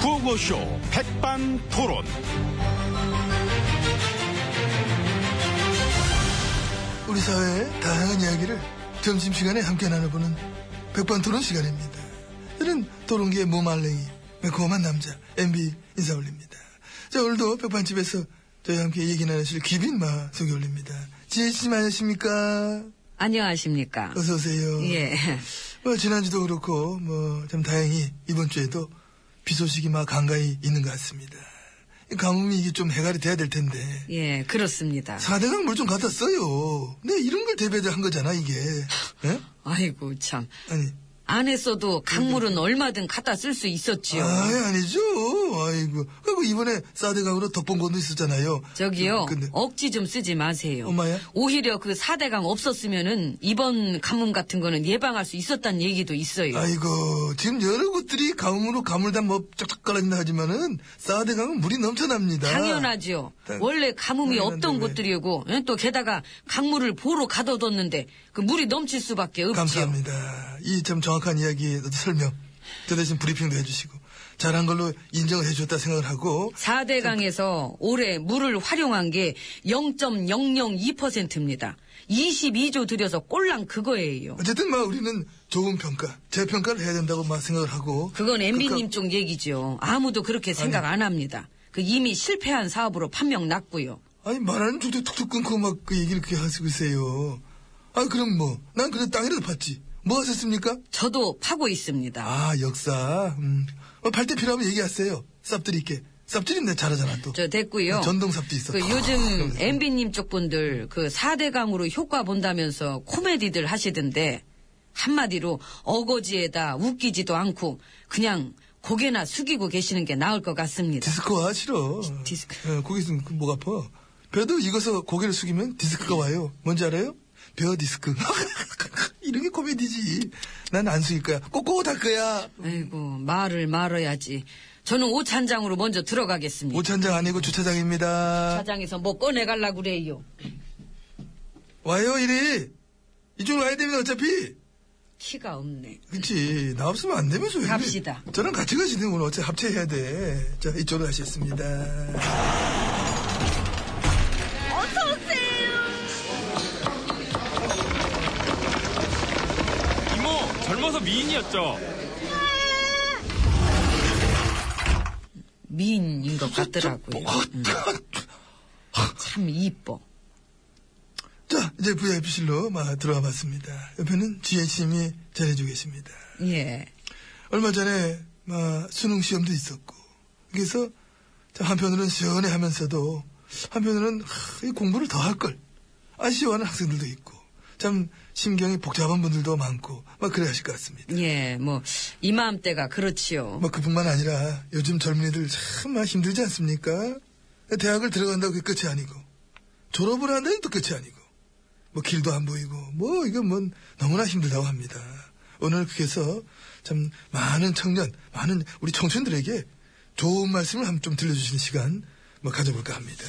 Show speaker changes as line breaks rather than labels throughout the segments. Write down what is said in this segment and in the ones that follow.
구호쇼 백반토론.
우리 사회의 다양한 이야기를 점심시간에 함께 나눠보는 백반토론 시간입니다. 저는 토론계의 모말랭이, 매콤한 남자, MB 인사 올립니다. 자, 오늘도 백반집에서 저희와 함께 얘기 나누실 기빈마 소개 올립니다. 지혜씨님 안녕하십니까?
안녕하십니까.
어서오세요.
예.
뭐, 지난주도 그렇고, 뭐, 참 다행히 이번 주에도 비 소식이 막 간간히 있는 것 같습니다. 이 가뭄이 이게 좀 해결이 돼야 될 텐데.
예, 그렇습니다.
사대강 물 좀 갖다 써요. 내가 이런 걸 대비해서 한 거잖아, 이게. 예?
아이고, 참.
아니.
안 했어도 강물은 얼마든 갖다 쓸 수 있었지요.
아, 아니죠. 아이고. 그리고 이번에 사대강으로 덮은 것도 있었잖아요.
저기요, 어?
근데
억지 좀 쓰지 마세요.
엄마야?
오히려 그 4대강 없었으면은 이번 가뭄 같은 거는 예방할 수 있었다는 얘기도 있어요.
아이고, 지금 여러 곳들이 가뭄으로 가물단 뭐 쫙쫙 깔아진다 하지만은 사대강은 물이 넘쳐납니다.
당연하죠.
당-
원래 가뭄이
당연한데
없던
왜.
곳들이고, 예, 또 게다가 강물을 보러 가둬뒀는데, 그 물이 넘칠 수밖에 없지요.
감사합니다. 이 참 정확한 이야기 설명. 그 대신 브리핑도 해주시고. 잘한 걸로 인정을 해줬다 생각을 하고.
4대강에서 올해 물을 활용한 게 0.002%입니다. 22조 들여서 꼴랑 그거예요.
어쨌든 막 우리는 좋은 평가, 재평가를 해야 된다고 막 생각을 하고.
그건
그러니까
MB님 쪽 얘기죠. 아무도 그렇게 생각 안 합니다. 그 이미 실패한 사업으로 판명 났고요.
아니 말하는 쪽도 툭툭 끊고 막 그 얘기를 그렇게 하시고 있어요. 아 그럼 뭐 난 그래 땅이라도 팠지. 뭐 하셨습니까?
저도 파고 있습니다.
아 역사. 음. 어, 발대 필요하면 얘기하세요. 쌉드릴게. 쌉드림 내 잘하잖아 또.
저 됐고요.
전동삽도 아, 있어.
그
탁
요즘
하면서.
MB님 쪽 분들 그 4대강으로 효과 본다면서 코미디들 하시던데 한마디로 어거지에다 웃기지도 않고 그냥 고개나 숙이고 계시는 게 나을 것 같습니다.
디스크와 싫어.
디스크.
어, 고개 있으면 그목 아파. 벼도 익어서 고개를 숙이면 디스크가 와요. 뭔지 알아요? 벼 디스크. 이런 게 코미디지. 난 안 숙일 거야. 꼬꼬 닦 거야.
아이고 말을 말아야지. 저는 오찬장으로 먼저 들어가겠습니다.
오천장 아니고 주차장입니다.
오찬장에서 뭐 꺼내갈라 그래요.
와요 이리 이쪽으로 와야 됩니다 어차피
키가 없네.
그치 나 없으면 안 되면서 왜 그래.
갑시다.
저랑 같이 가시는 오늘 어차피 합체해야 돼자 이쪽으로 가시겠습니다
이모, 젊어서 미인이었죠?
미인인 것 같더라고요.
아,
음, 참 이뻐.
자 이제 VIP실로 막 들어가 봤습니다 옆에는 GH님이 전해주고 계십니다
예.
얼마 전에 막 수능 시험도 있었고 그래서 참 한편으로는 시원해하면서도 한편으로는 하, 이 공부를 더 할 걸 아쉬워하는 학생들도 있고 참 심경이 복잡한 분들도 많고 막 그래 하실 것 같습니다
예, 뭐 이맘때가 그렇지요.
뭐 그뿐만 아니라 요즘 젊은이들 참 많이 힘들지 않습니까? 대학을 들어간다고 그게 끝이 아니고 졸업을 한다는 또 끝이 아니고 뭐 길도 안 보이고 뭐 이건 뭐 너무나 힘들다고 합니다. 오늘 그래서 참 많은 청년, 많은 우리 청춘들에게 좋은 말씀을 한번 좀 들려주시는 시간 뭐 가져볼까 합니다.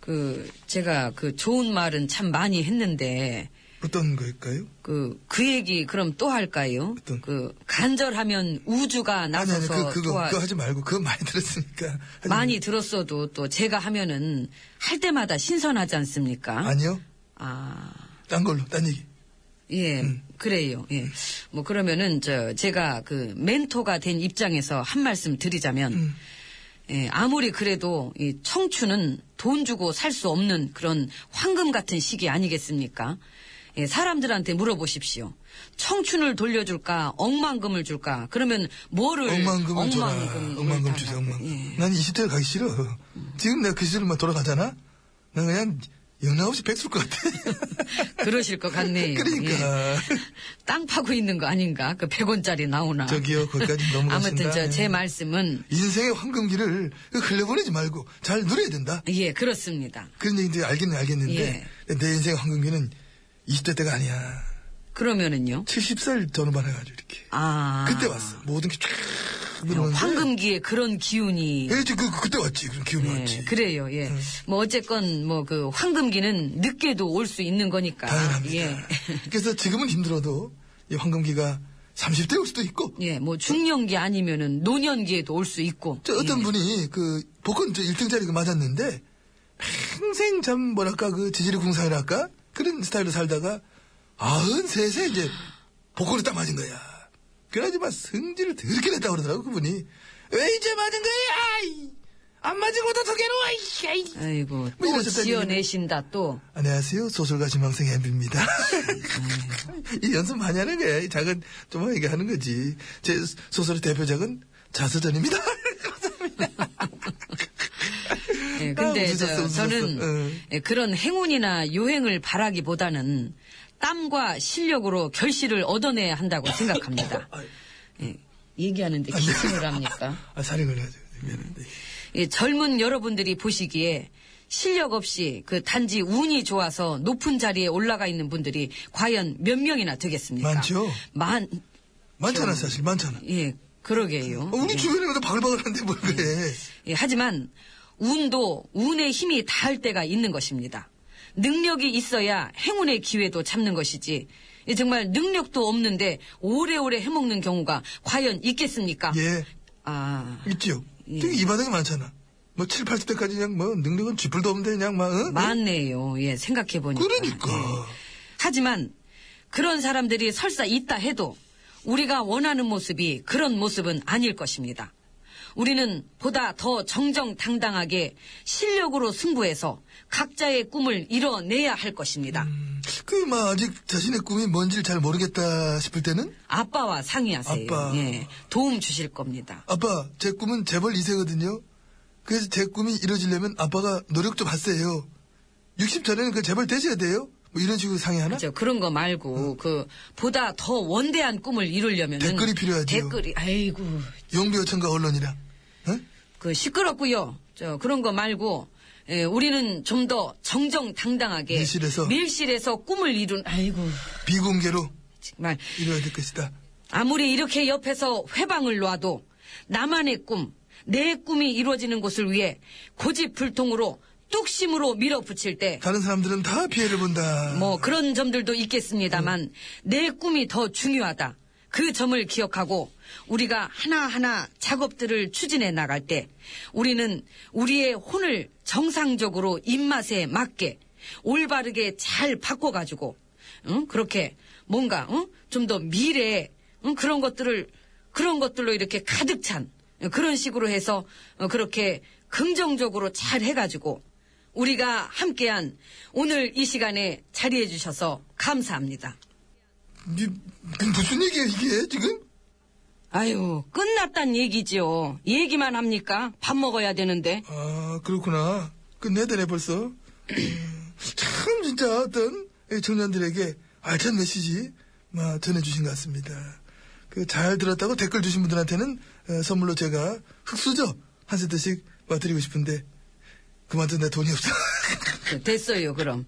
그 제가 그 좋은 말은 참 많이 했는데
어떤 거일까요?
그 그 얘기 그럼 또 할까요?
어떤?
그 간절하면 우주가
아니 아니
나서서
그 그거
도와-
그거 하지 말고 그거 많이 들었으니까 하지
많이 들었어도 또 제가 하면은 할 때마다 신선하지 않습니까?
마- 아니요
아,
딴 걸로 딴 얘기
예,
음.
그래요. 예. 뭐 그러면은 저 제가 그 멘토가 된 입장에서 한 말씀 드리자면
음.
예, 아무리 그래도 이 청춘은 돈 주고 살 수 없는 그런 황금 같은 시기 아니겠습니까? 예, 사람들한테 물어보십시오. 청춘을 돌려줄까, 억만금을 줄까? 그러면 뭐를
엉망금을 줘라.
예, 억만금을
엉망금 주세요,
달라고.
엉망금.
예.
난 20대를 가기 싫어. 지금 내가 그 시절만 돌아가잖아? 난 그냥 영락 없이 백수일 것 같아.
예, 그러실 것 같네요.
그러니까.
예. 땅 파고 있는 거 아닌가? 그 100원짜리 나오나.
저기요, 거기까지 넘어가신다.
아무튼 저 제
예.
말씀은
인생의 황금기를 흘려보내지 말고 잘 누려야 된다.
예, 그렇습니다.
그런 얘기 이제 알겠는 알겠는데
예.
내 인생의 황금기는 20대 때가 아니야.
그러면은요.
70살 전후반 해가지고 이렇게.
아.
그때 왔어. 모든 게 쫙.
어,
늘어나는데.
황금기에 그런 기운이
예, 그, 그, 그때 왔지. 그런 기운이
예,
왔지. 음.
그래요. 예. 뭐 어쨌건 뭐 그 황금기는 늦게도 올 수 있는 거니까.
당연합니다.
아, 예.
그래서 지금은 힘들어도 이 황금기가 30대일 수도 있고.
예, 뭐 중년기 아니면은 노년기에도 올 수 있고.
저 어떤
예.
분이 그 복권 저 1등짜리가 맞았는데 평생 참 뭐랄까 그 지지리 궁상이랄까 그런 스타일로 살다가 93세 이제 복권을 딱 맞은 거야. 그러지만 승질을 더럽게 냈다고 그러더라고 그분이. 왜 이제 맞은 거야? 아이, 안 맞은 것도 더 괴로워. 아이, 아이.
아이고
뭐
또
이러셨다니.
지어내신다 또.
안녕하세요. 소설가 지망생 엠비입니다.
음.
이 연습 많이 하는 거야. 이 작은, 좀 이게 하는 거지. 제 소설의 대표작은 자서전입니다.
예,
아,
근데
웃으셨어,
저,
웃으셨어.
저는
응.
예, 그런 행운이나 요행을 바라기보다는 땀과 실력으로 결실을 얻어내야 한다고 생각합니다. 예, 얘기하는데 기침을 합니까?
아, 살이 걸려가지고. 미안한데.
예, 젊은 여러분들이 보시기에 실력 없이 그 단지 운이 좋아서 높은 자리에 올라가 있는 분들이 과연 몇 명이나 되겠습니까?
많죠.
만,
많잖아, 사실. 많잖아.
예, 그러게요.
어, 우리 주변에 그래도 바글바글한데 뭘 그래.
예, 하지만 운도 운의 힘이 닿을 때가 있는 것입니다. 능력이 있어야 행운의 기회도 잡는 것이지. 예, 정말 능력도 없는데 오래오래 해먹는 경우가 과연 있겠습니까?
예.
아,
있지요.
예.
되게 이 바닥이 많잖아. 뭐, 7, 80대까지 그냥 뭐, 능력은 쥐뿔도 없는데 그냥 막, 응?
맞네요. 예, 생각해보니까.
그러니까.
예. 하지만 그런 사람들이 설사 있다 해도 우리가 원하는 모습이 그런 모습은 아닐 것입니다. 우리는 보다 더 정정당당하게 실력으로 승부해서 각자의 꿈을 이뤄내야 할 것입니다.
그, 막, 아직 자신의 꿈이 뭔지를 잘 모르겠다 싶을 때는,
아빠와 상의하세요.
아빠.
예, 도움 주실 겁니다.
아빠, 제 꿈은 재벌 2세거든요. 그래서 제 꿈이 이루어지려면 아빠가 노력 좀 하세요. 60 전에는 그 재벌 되셔야 돼요. 뭐 이런 식으로 상의하나?
그죠 그런 거 말고 그 보다 더 원대한 꿈을 이루려면
어. 댓글이 필요하지요.
댓글이 아이고
용비 요청과 어? 언론이랑. 응?
그 시끄럽고요. 저 그런 거 말고 예, 우리는 좀 더 정정당당하게
밀실에서.
밀실에서 꿈을 이룬 아이고
비공개로
정말
이루어야 될 것이다.
아무리 이렇게 옆에서 회방을 놔도 나만의 꿈, 내 꿈이 이루어지는 곳을 위해 고집불통으로 뚝심으로 밀어붙일 때 뭐
다른 사람들은 다 피해를 본다.
그런 점들도 있겠습니다만 내 꿈이 더 중요하다. 그 점을 기억하고 우리가 하나하나 작업들을 추진해 나갈 때 우리는 우리의 혼을 정상적으로 입맛에 맞게 올바르게 잘 바꿔가지고 응? 그렇게 뭔가 좀 더 미래에 응? 그런 것들을 그런 것들로 이렇게 가득 찬 그런 식으로 해서 어, 그렇게 긍정적으로 잘 해가지고 우리가 함께한 오늘 이 시간에 자리해 주셔서 감사합니다.
이- 이게 무슨 얘기야 이게 지금?
아유 끝났단 얘기지요. 얘기만 합니까? 밥 먹어야 되는데.
아 그렇구나. 끝내되네 벌써. 음, 참 진짜 어떤 이 청년들에게 알찬 메시지 막 전해주신 것 같습니다. 그 잘 들었다고 댓글 주신 분들한테는 어, 선물로 제가 흑수저 한 세트씩 막 드리고 싶은데 그만둔 내 돈이 없어.
그, 됐어요 그럼.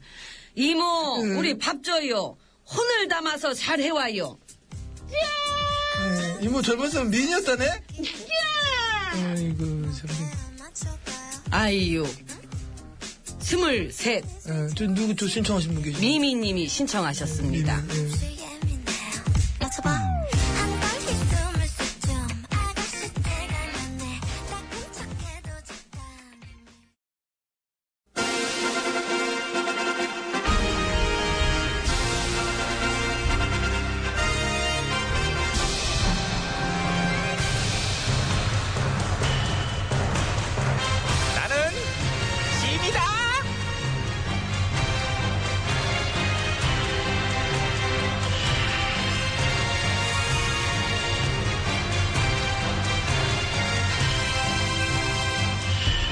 이모 우리 밥 줘요. 혼을 담아서 잘 해와요.
네, 이모 젊어서 미인이었다네. 아이고
아이유 스물셋
참. 어, 저 누구 저 신청하신 분 계시죠?
미미님이 신청하셨습니다.
예.
맞춰봐 한번 숨을 쉬죠 아가씨 때가 났네 나쁜 척해도 적당히
나는 짐이다.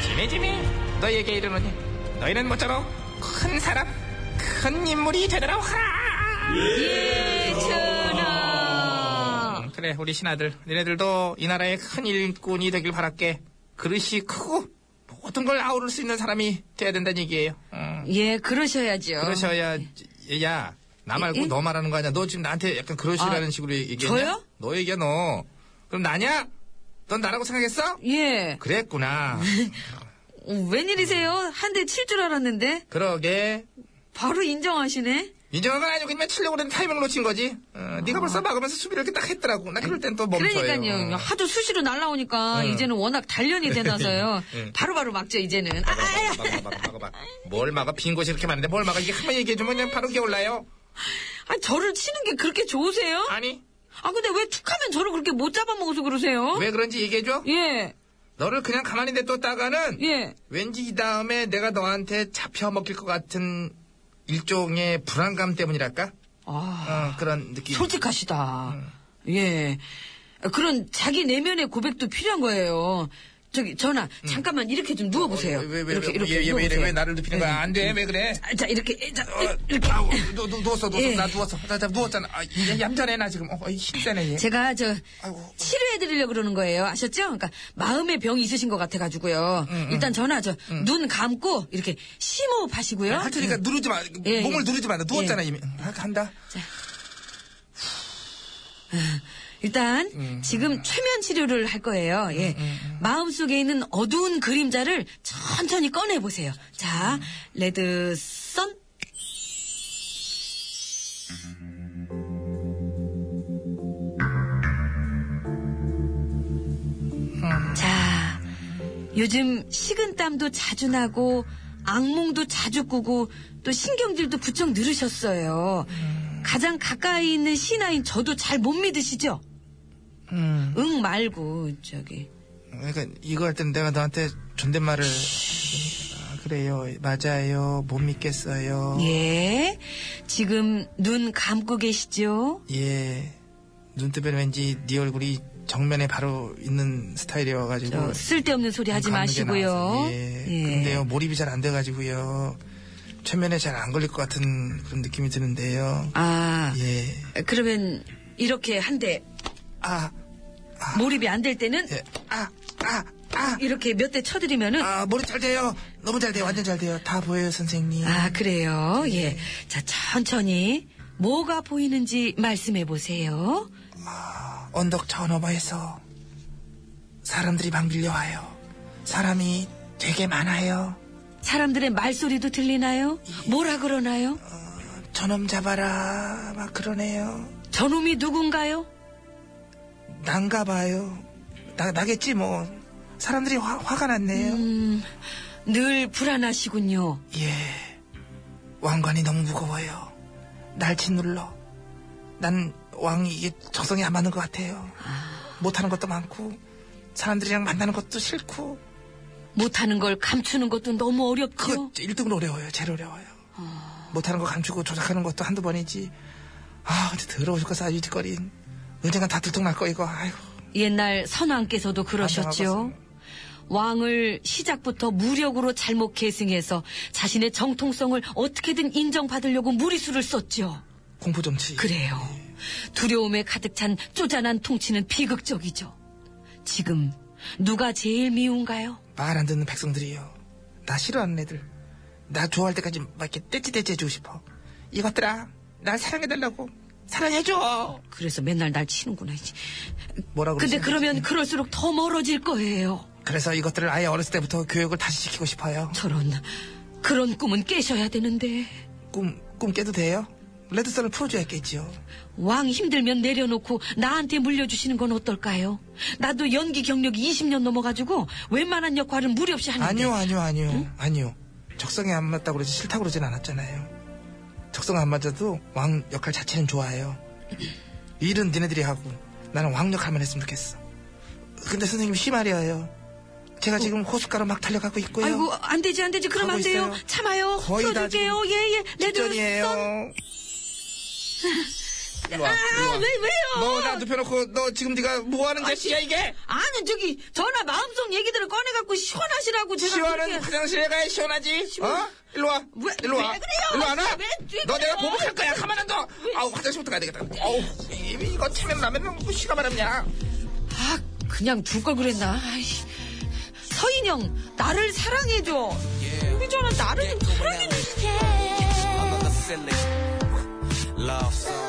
지미 지미 너희에게 이르노니 너희는 모쪼록 큰 사람 큰 인물이 되더라 하
예천아
음, 그래 우리 신하들 니네들도 이 나라의 큰 일꾼이 되길 바랄게 그릇이 크고 모든 걸 아우를 수 있는 사람이 돼야 된다는 얘기예요 음,
예 그러셔야죠.
그러셔야 야 나 말고
예?
너 말하는 거 아니야 너 지금 나한테 약간 그릇이라는
아,
식으로 얘기했냐
저요?
너 얘기야 너 그럼 나냐 넌 나라고 생각했어?
예
그랬구나
어, 웬일이세요? 한 대 칠 줄 알았는데
그러게
바로 인정하시네.
민정아가 아니고 그냥 치려고 그랬는 타이밍을 놓친 거지. 어, 네가 벌써 막으면서 수비를 이렇게 딱 했더라고. 나 그럴 땐 또 멈춰요. 어.
그러니까요. 하도 수시로 날라오니까 이제는 워낙 단련이 되나서요. 바로바로 막죠 이제는. 아, 아,
막아, 막아, 막아, 막아, 막아. 뭘 막아? 빈 곳이 이렇게 많은데 뭘 막아? 이게 한번 얘기해주면 그냥 바로 기어올라요.
아, 저를 치는 게 그렇게 좋으세요?
아니,
아 근데 왜 툭하면 저를 그렇게 못 잡아먹어서 그러세요?
왜 그런지 얘기해줘?
예,
너를 그냥 가만히 냅뒀다가는
예.
왠지 이 다음에 내가 너한테 잡혀먹힐 것 같은 일종의 불안감 때문이랄까?
아
어, 그런 느낌.
솔직하시다. 예. 그런 자기 내면의 고백도 필요한 거예요. 저기 전화 잠깐만 이렇게 좀 누워보세요.
어, 왜, 왜, 왜,
이렇게
왜,
이렇게
왜, 왜, 왜,
누워보세요.
이래? 왜 나를 눕히는 거야? 안 돼, 왜 그래?
아, 자 이렇게 자, 예,
어,
이렇게.
아우, 누, 누, 누웠어, 누웠어.
예.
나 누웠어. 나, 나 누웠잖아. 아, 얘 얌전해, 나 지금. 어, 힘세네, 얘.
제가 저
아이고.
치료해드리려고 그러는 거예요. 아셨죠? 그러니까 마음의 병이 있으신 것 같아가지고요.
음,
일단 전화 저 눈 감고 이렇게 심호흡하시고요.
할 테니까 누르지 마.
예,
몸을
예.
누르지 마. 나 누웠잖아, 이미. 아, 간다.
일단 지금 최면 치료를 할 거예요. 예. 음, 마음속에 있는 어두운 그림자를 천천히 꺼내 보세요. 자, 레드 선 자, 요즘 식은땀도 자주 나고 악몽도 자주 꾸고 또 신경질도 부쩍 늘으셨어요. 가장 가까이 있는 신하인 저도 잘 못 믿으시죠?
음.
응 말고 저기
그러니까 이거 할 땐 내가 너한테 존댓말을 아, 그래요 맞아요 못 믿겠어요
예 지금 눈 감고 계시죠?
예. 눈뜨면 왠지 네 얼굴이 정면에 바로 있는 스타일이어가지고
저 쓸데없는 소리 하지
감는 게
마시고요.
나아서. 예. 근데요 몰입이 잘 안 돼가지고요 최면에 잘 안 걸릴 것 같은 그런 느낌이 드는데요
아
예.
그러면 이렇게 한데
아,
몰입이 안 될 때는
예. 아, 아, 아,
이렇게 몇 대 쳐드리면은
아, 머리 잘 돼요. 너무 잘 돼요. 완전 잘 돼요. 다 보여요, 선생님.
아, 그래요? 예. 자, 천천히 뭐가 보이는지 말씀해 보세요.
언덕 저 너머에서 사람들이 막 밀려와요. 사람이 되게 많아요.
사람들의 말소리도 들리나요?
예.
뭐라 그러나요?
어. 저놈 잡아라. 막 그러네요.
저놈이 누군가요?
난가 봐요. 나, 나겠지, 뭐. 사람들이 화, 화가 났네요.
늘 불안하시군요.
예. 왕관이 너무 무거워요. 날 짓눌러. 난 왕이 이게 적성에 안 맞는 것 같아요. 못하는 것도 많고, 사람들이랑 만나는 것도 싫고,
못하는 걸 감추는 것도 너무
그거
어렵죠?
1등으로 어려워요. 제일 어려워요. 못하는 거 감추고 조작하는 것도 한두 번이지. 아, 근데 더러워질 거 싸지, 짓거린. 언젠간 다 들통날 거, 이거. 아이고.
옛날 선왕께서도 그러셨죠. 왕을 시작부터 무력으로 잘못 계승해서 자신의 정통성을 어떻게든 인정받으려고 무리수를 썼죠.
공포 정치.
그래요. 두려움에 가득 찬 쪼잔한 통치는 비극적이죠. 지금 누가 제일 미운가요?
말 안 듣는 백성들이요. 나 싫어하는 애들. 나 좋아할 때까지 막 이렇게 떼찌떼찌 해주고 싶어. 이것들아, 날 사랑해달라고. 사랑해줘.
그래서 맨날 날 치는구나. 이제.
뭐라고
근데
그러시는지.
그러면 그럴수록 더 멀어질 거예요.
그래서 이것들을 아예 어렸을 때부터 교육을 다시 시키고 싶어요.
저런 그런 꿈은 깨셔야 되는데
꿈, 꿈 깨도 돼요? 레드썬을 풀어줘야 겠지요.
왕 힘들면 내려놓고 나한테 물려주시는 건 어떨까요? 나도 연기 경력이 20년 넘어가지고 웬만한 역할은 무리 없이 하는데
아니요, 아니요, 아니요. 아니요. 적성에 안 맞다고 그러지 싫다고 그러진 않았잖아요. 적성 안 맞아도 왕 역할 자체는 좋아해요. 일은 니네들이 하고 나는 왕 역할만 했으면 좋겠어. 근데 선생님 이 말이에요. 제가 지금 호숫가로 막 달려가고 있고요.
어. 아이고 안 되지 안 되지 그럼
하고
안 돼요
있어요.
참아요
거의 다
풀어줄게요
지금
예예
직전이에요. 일로 와, 일로 와.
아왜 왜요
너 나 눕혀놓고 너 지금 네가 뭐하는 짓이야 이게?
아니 저기 전화 마음속 얘기들을 꺼내갖고 시원하시라고 제가
시원한
그렇게-
화장실에 가야 시원하지. 어? 일로 와.
왜-
일로 와.
왜 그래요?
일로 안 와.
왜- 왜
너
그래요?
내가 보복할 거야. 가만 안 둬. 아우 화장실부터 가야 되겠다. 아우 이- 이거 체면 라면 먹고 시가 말았냐.
아 그냥 둘 걸 그랬나 아이, 서인영 나를 사랑해줘
예.
우리 전화 나를 좀 사랑해줘
Yeah.
I'm on the ceiling. Love song.